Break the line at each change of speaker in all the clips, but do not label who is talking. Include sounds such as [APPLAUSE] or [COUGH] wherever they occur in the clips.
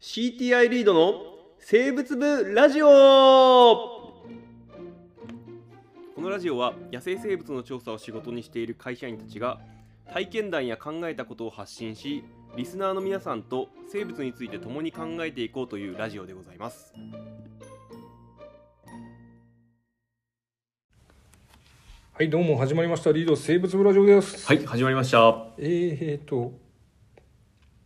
CTI リードの生物部ラジオこのラジオは野生生物の調査を仕事にしている会社員たちが体験談や考えたことを発信しリスナーの皆さんと生物について共に考えていこうというラジオでございます
はい、どうも始まりました。リード生物ブラジオです。
はい始まりました
えー、えーと、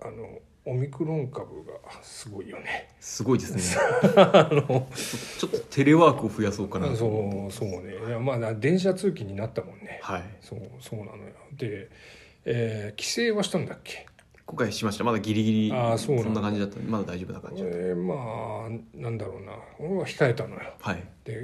あのオミクロン株がすごいよね。
すごい [LAUGHS] ですね
あの、
ちょっとテレワークを増やそうか
そうそうね。いやまあな電車通勤になったもんね。
はい
そうそうなのよ。で、えー、帰省はしたんだっけ？
今回しましたまだギリギリ
あーそうなんだそんな
感じだったまだ大丈夫な感
えー、まあなんだろうな。俺は控えたのよ。
はい
で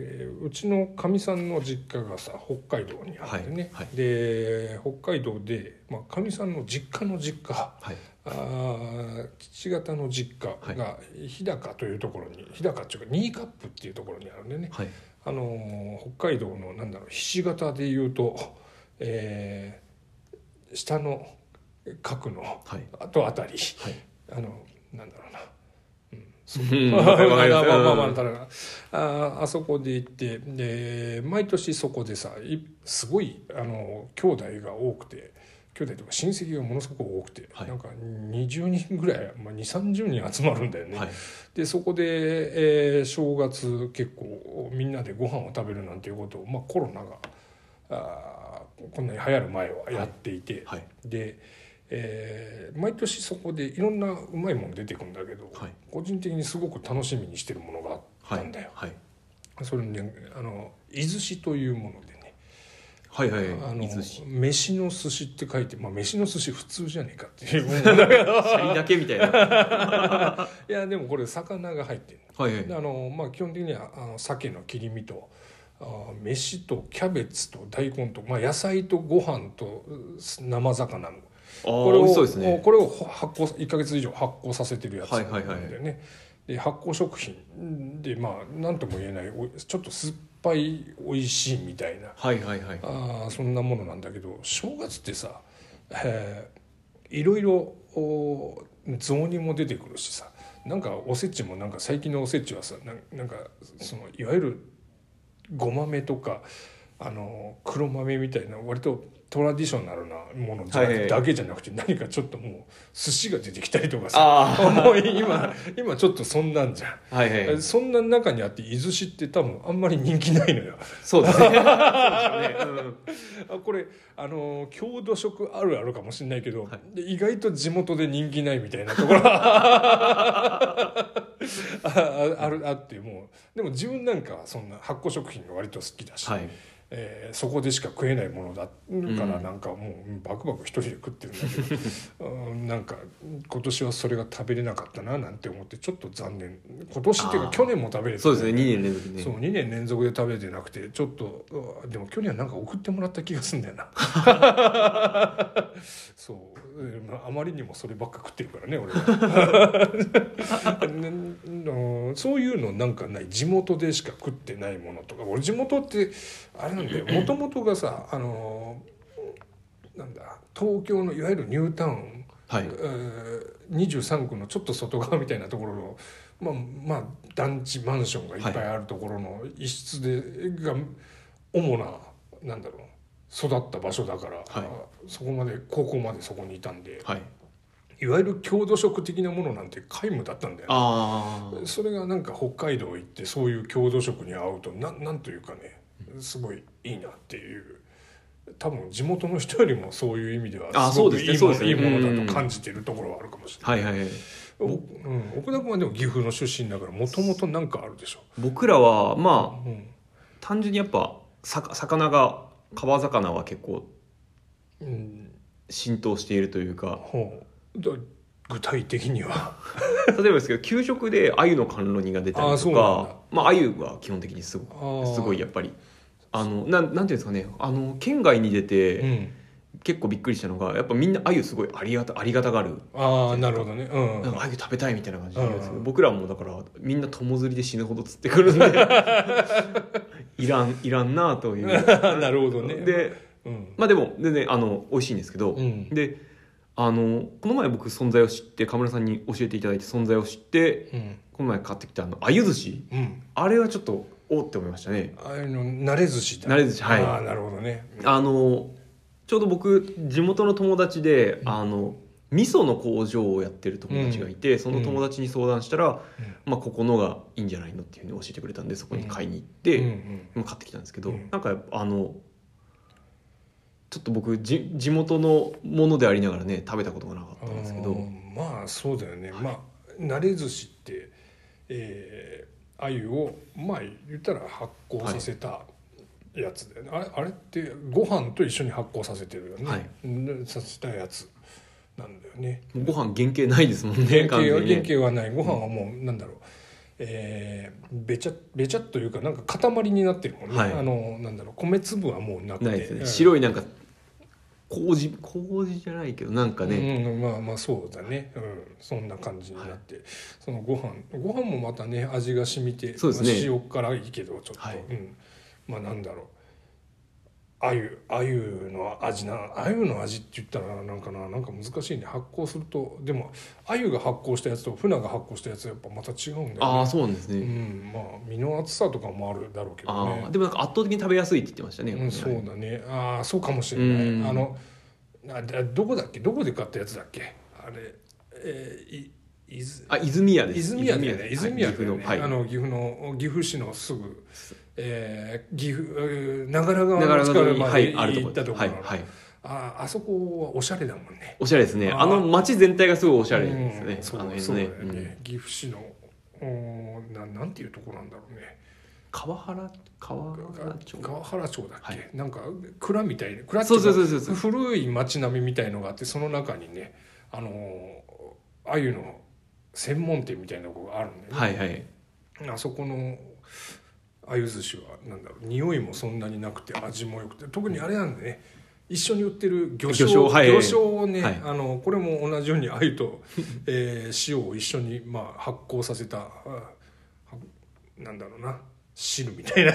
うちのかみさんの実家がさ北海道にあってね、
はいは
で北海道でまあ、かみさんの実家の実家
はい
あー父方の実家が日高というところに、日高っていうかニーカップっていうところにあるんでね、
はい
あのー北海道のなんだろうひし形でいうと、えー下の角の
はい
あとあたり、
はい
あのなんだろうな
うん
[LAUGHS] まあまあまあまあ
は
だからああそこで行ってで毎年そこでさいすごいあの兄弟が多くて兄弟とか親戚がものすごく多くて、
はい
なんか20人ぐらい、まあ、2 3 0人集まるんだよね、
い
でそこで、えー正月結構みんなでご飯を食べるなんていうことを、まあ、コロナがあーこんなに流行る前はやっていて、
はい
で、えー毎年そこでいろんなうまいもの出てくんだけど、
はい
個人的にすごく楽しみにしてるものがあった
はい
んだよ。
はい
それにねあの伊豆市というものでね
はいはい
あの
伊豆市
飯の寿司って書いて、まあ、飯の寿司普通じゃねえかってい
[LAUGHS]
う
シャリだけみたいな
[LAUGHS]
はい
いやでもこれ魚が入ってる
はい
であの、まあ、基本的にはあの鮭の切り身とあー飯とキャベツと大根と、まあ、野菜とご飯とう生魚の
あー
これ
美
を
味しそうですね
これを発酵1か月以上発酵させてるやつ
は
ないんだ
はい
よね、
はい
で発酵食品でまあ何とも言えないおちょっと酸っぱい美味しいみたいな
はいはいはい
あーそんなものなんだけど正月ってさ、えーいろいろお雑煮も出てくるしさなんかおせちもなんか最近のおせちはさなんなんかそのいわゆるごまめとかあの黒豆みたいな割とトラディショナルなものじゃなく
はいはい
だけじゃなくて何かちょっともう寿司が出てきたりとかさ
あ
もう今今ちょっとそんなんじゃん。
あはいはい
そんな中にあって伊豆市って多分あんまり人気ないのよ。
そう
[LAUGHS]
ですねそうですよねうん
あこれあのー郷土色あるあるかもしれないけど、
は
で意外と地元で人気ないみたいなところ [LAUGHS] あああるあってもうでも自分なんかはそんな発酵食品が割と好きだし、
はい
えーそこでしか食えないものだか
う
ら
ん
なんかもうバクバク一人で食ってるんだけ
[LAUGHS]
ど、うんなんか今年はそれが食べれなかったななんて思ってちょっと残念今年っていう
あ
か
ー
去年も食べれて
そうですね二年連続ね
そう2年連続で食べてなくてちょっとうわでも去年はなんか送ってもらった気がすんだよなそうえーまああまりにもそればっか食ってるからね俺は、ねのそういうのなんかない地元でしか食ってないものとか俺地元ってあれなんだよもともとがさあのなんだ東京のいわゆるニュータウン
はい
えー23区のちょっと外側みたいなところの、まあ、まあ団地マンションがいっぱいあるところの一室で、が主ななんだろう育った場所だから、あそこまで高校までそこにいたんで
はい
いわゆる郷土食的なものなんて皆無だったんだよね、
ああ
それがなんか北海道行ってそういう郷土食に合うとななんというかねすごいいいなっていう多分地元の人よりもそういう意味で
あ
はすごくいい
そう
も
ですねそうです
の
ね
いいもの
う
だ
ん
と感じてるところはあるかもしれない。
はいはいはい
おうん、奥田君はでも岐阜の出身だからもともと何かあるでしょ、
僕らはまあ
うん、
単純にやっぱさか魚が川魚は結構
うん、
浸透しているというか
ほうだ具体的には
例えばですけど給食で鮎の甘露煮が出た
あ
り
ーそ
と
うなん
か
だ
まあ鮎は基本的にすごく [LAUGHS] すごいや
っ
っぱりあのなんなんていうんですかねあの県外に出て、
うん、
結構びっくりしたのがやっぱみんな鮎すごいありがたありがたがる
ああなるほどねうん
なんか鮎食べたいみたいな感じで言うんですけど、
うん
僕らもだからみんな友釣りで死ぬほど釣ってくるん [LAUGHS] でいらんいらんなという
[LAUGHS] なるほどね
で
うん
まあでも全然あの美味しいんですけど、
うん
であのこの前僕存在を知って河村さんに教えていただいて存在を知って
うん
この前買ってきたあの鮎寿司
うん
あれはちょっとおーって思いましたね
ああいうの慣れ寿司だ
慣れ寿司はい
ああなるほどね
あのちょうど僕地元の友達で、あの味噌の工場をやってる友達がいて、その友達に相談したら、まあ、ここのがいいんじゃないのっていうふうに教えてくれたんでそこに買いに行っ
う
て、
んうん
まあ買ってきたんですけど、
うん
なんかやっぱあのちょっと僕じ地元のものでありながらね食べたことがなかったんですけ
あ
ど
ーまあそうだよね、まあ慣れ寿司ってえー鮎をまあ言ったら発酵させたやつだよね、あれあれってご飯と一緒に発酵させてるよね、
はい
んさせたやつなんだよね
もうご飯原型ないですもんね
原型
完
は
全に
原
ね
型はないご飯はもうなんだろう、えーべちゃべちゃっというかなんか塊になってるもんね、
はい
あのなんだろう米粒はもうなくて
ないですね、
うん
白いなんか麹麹じゃないけどなんかね、
うん、まあまあそうだね、うん、そんな感じになって、そのご飯ご飯もまたね味が染みて
そうですね
まあ塩辛いけどちょっと、
はい
うん、まあなんだろうあゆあゆの味なあゆの味って言ったらなんかななんか難しいね発酵するとでもあゆが発酵したやつと船が発酵したやつはやっぱまた違うんだよね
ああそうなんですね、
うん、まあ身の厚さとかもあるだろうけどね
ああでもなんか圧倒的に食べやすいって言ってましたね、
うん、そうだねああそうかもしれない、
うん
あのあだどこだっけどこで買ったやつだっけあれえー、い伊豆
あ泉屋です
泉屋だよね泉屋だよね、
はい、岐阜のは
あ
い
の岐阜の岐阜市のすぐ、えー、岐阜えー長良川
長
の
良
近
川
く
に
ま
は
で
いあると
行
こ
った
ろ
と
で
ころ、
はいはい
あーあそこはおしゃれだもんね
おしゃれですね
あ
あ
ー
の街全体がすごいおしゃれですね、
うんそう
あの辺
そ
の
うだ
ね
よね、岐阜市のおーななんていうとこなんだろうね
川原川原町
川原町だっけ、
は
なんか蔵みたいな蔵って
そう
い
う
か
そうそうそうそう
古い町並みみたいのがあってその中にねあのー鮎の専門店みたいなとこがあるんで、ね
はいはい
あそこの鮎寿司はなんだろう匂いもそんなになくて味も良くて特にあれなんでね一緒に売ってる魚醤
魚醤はい
をね、
はい
あのこれも同じように鮎と、 [LAUGHS] えー塩を一緒に、まあ、発酵させたあはなんだろうな汁みたいな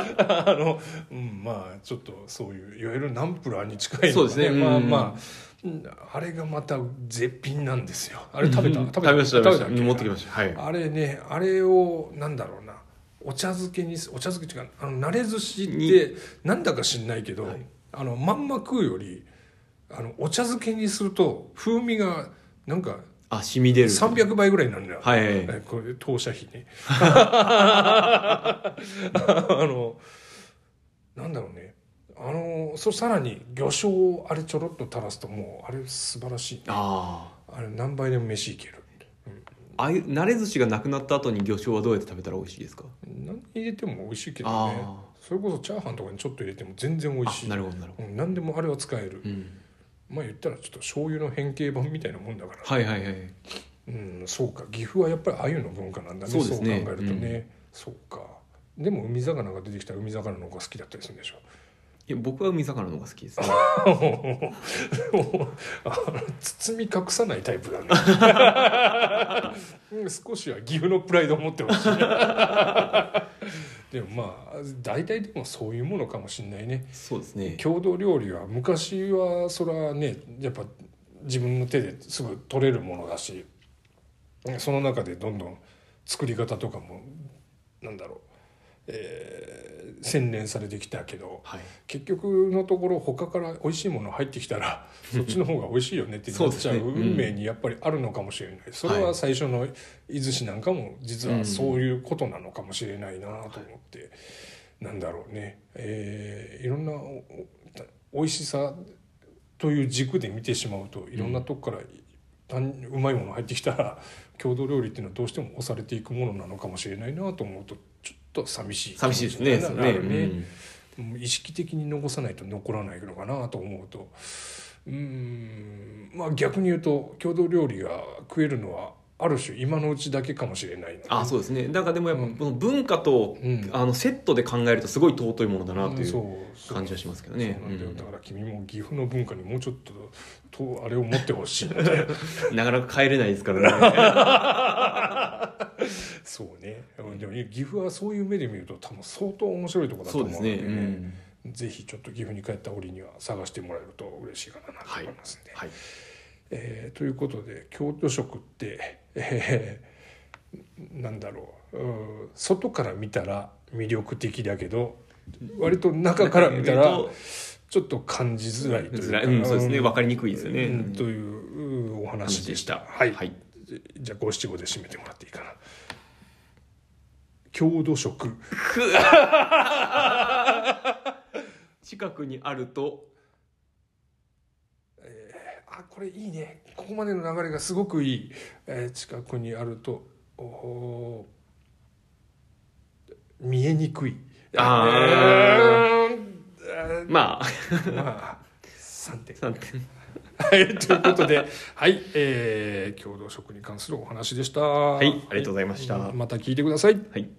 [LAUGHS] あの、うん、まあちょっとそういういわゆるナンプラーに近いのかね
そうですね
まあ
うん
まあうんあれがまた絶品なんですよあれ食べた
うん食べました食べました
っけ
持ってきましたはい
あれねあれをなんだろうなお茶漬けにすお茶漬け違うあの慣れ寿司ってなんだか知んないけど、あのまんま食うよりあのお茶漬けにすると風味がなんか
あ染み出る
300倍ぐらいになるんだよ、
はいはい
えこれ当社費ね
[LAUGHS]
あのなんだろうねあのそさらに魚醤をあれちょろっと垂らすともうあれ素晴らしい
あ
あれ何倍でも飯いける
ああいう慣れ寿司がなくなった後に魚醤はどうやって食べたら美味しいですか
何入れても美味しいけどね
あ
それこそチャーハンとかにちょっと入れても全然美味
あ
し
あ
い
なるほどなるほ
うん、何でもあれは使える、
どうん
まあ言ったらちょっと醤油の変形版みたいなもんだから、
はいはいはい
うん、そうか岐阜はやっぱり鮎の文化なんだね
そ
そうう
ですね
考えるとね、そうかでも海魚が出てきたら海魚の方が好きだったりするんでしょ
いや僕は海魚の方が好き
[LAUGHS]
ですね
あの包み隠さないタイプだねうん少しは岐阜のプライドを持ってほしいでもまあ大体でもそういうものかもしれないね
そうですね
郷土料理は昔はそれはねやっぱ自分の手ですぐ取れるものだしその中でどんどん作り方とかもなんだろう、えー洗練されてきたけど
はい
結局のところ他から美味しいもの入ってきた
[LAUGHS]
らそっちの方が美味しいよねってなっちゃう
そうですねうん
運命にやっぱりあるのかもしれないそれは最初の伊豆市なんかも実はそういうことなのかもしれないなと思って、なんだろうね、えーいろんなおお美味しさという軸で見てしまうといろんなとこからたんうまいもの入ってきたら郷土料理っていうのはどうしても押されていくものなのかもしれないなと思うとちょっと寂しい気持
寂
ち
しいです
にな
ね
る
そうねうん
もう意識的に残さないと残らないのかなと思うとうーんまあ逆に言うと郷土料理が食えるのはある種今のうちだけかもしれない
あそうですねなんかでもやっぱ
うん
この文化と
うん
あのセットで考えるとすごい尊いものだなと
うん
い
そうう
感じはしますけどね
そうなんだよ
うん
だから君も岐阜の文化にもうちょっととあれを持ってほしい
なかなか帰れないですからね
そうねでも岐阜はそういう目で見ると多分相当面白いとこだと
そう
思う
で
ん
す
だ
ね
よ
うん
ぜひちょっと岐阜に帰った折には探してもらえると嬉しいかなと思いますんで。
はい
えーということで京都食って、えーなんだろううー外から見たら魅力的だけど割と中から見た
中
ら
から見ると
ちょっと感じづらいという
ず
から
うん、そうですね
ん
分かりにくいですよね、
うんといううーお話でした。はい、
はい
じゃあ五七五で締めてもらっていいかな。郷土食
近くにあると
あこれいいねここまでの流れがすごくいい、えー近くにあるとおー見えにくい
あー
えーえー
まあ [LAUGHS]
まあ3点 [LAUGHS]
3点
はいということではい、えー、共同食に関するお話でした
はいありがとうございました、
また聞いてください
はい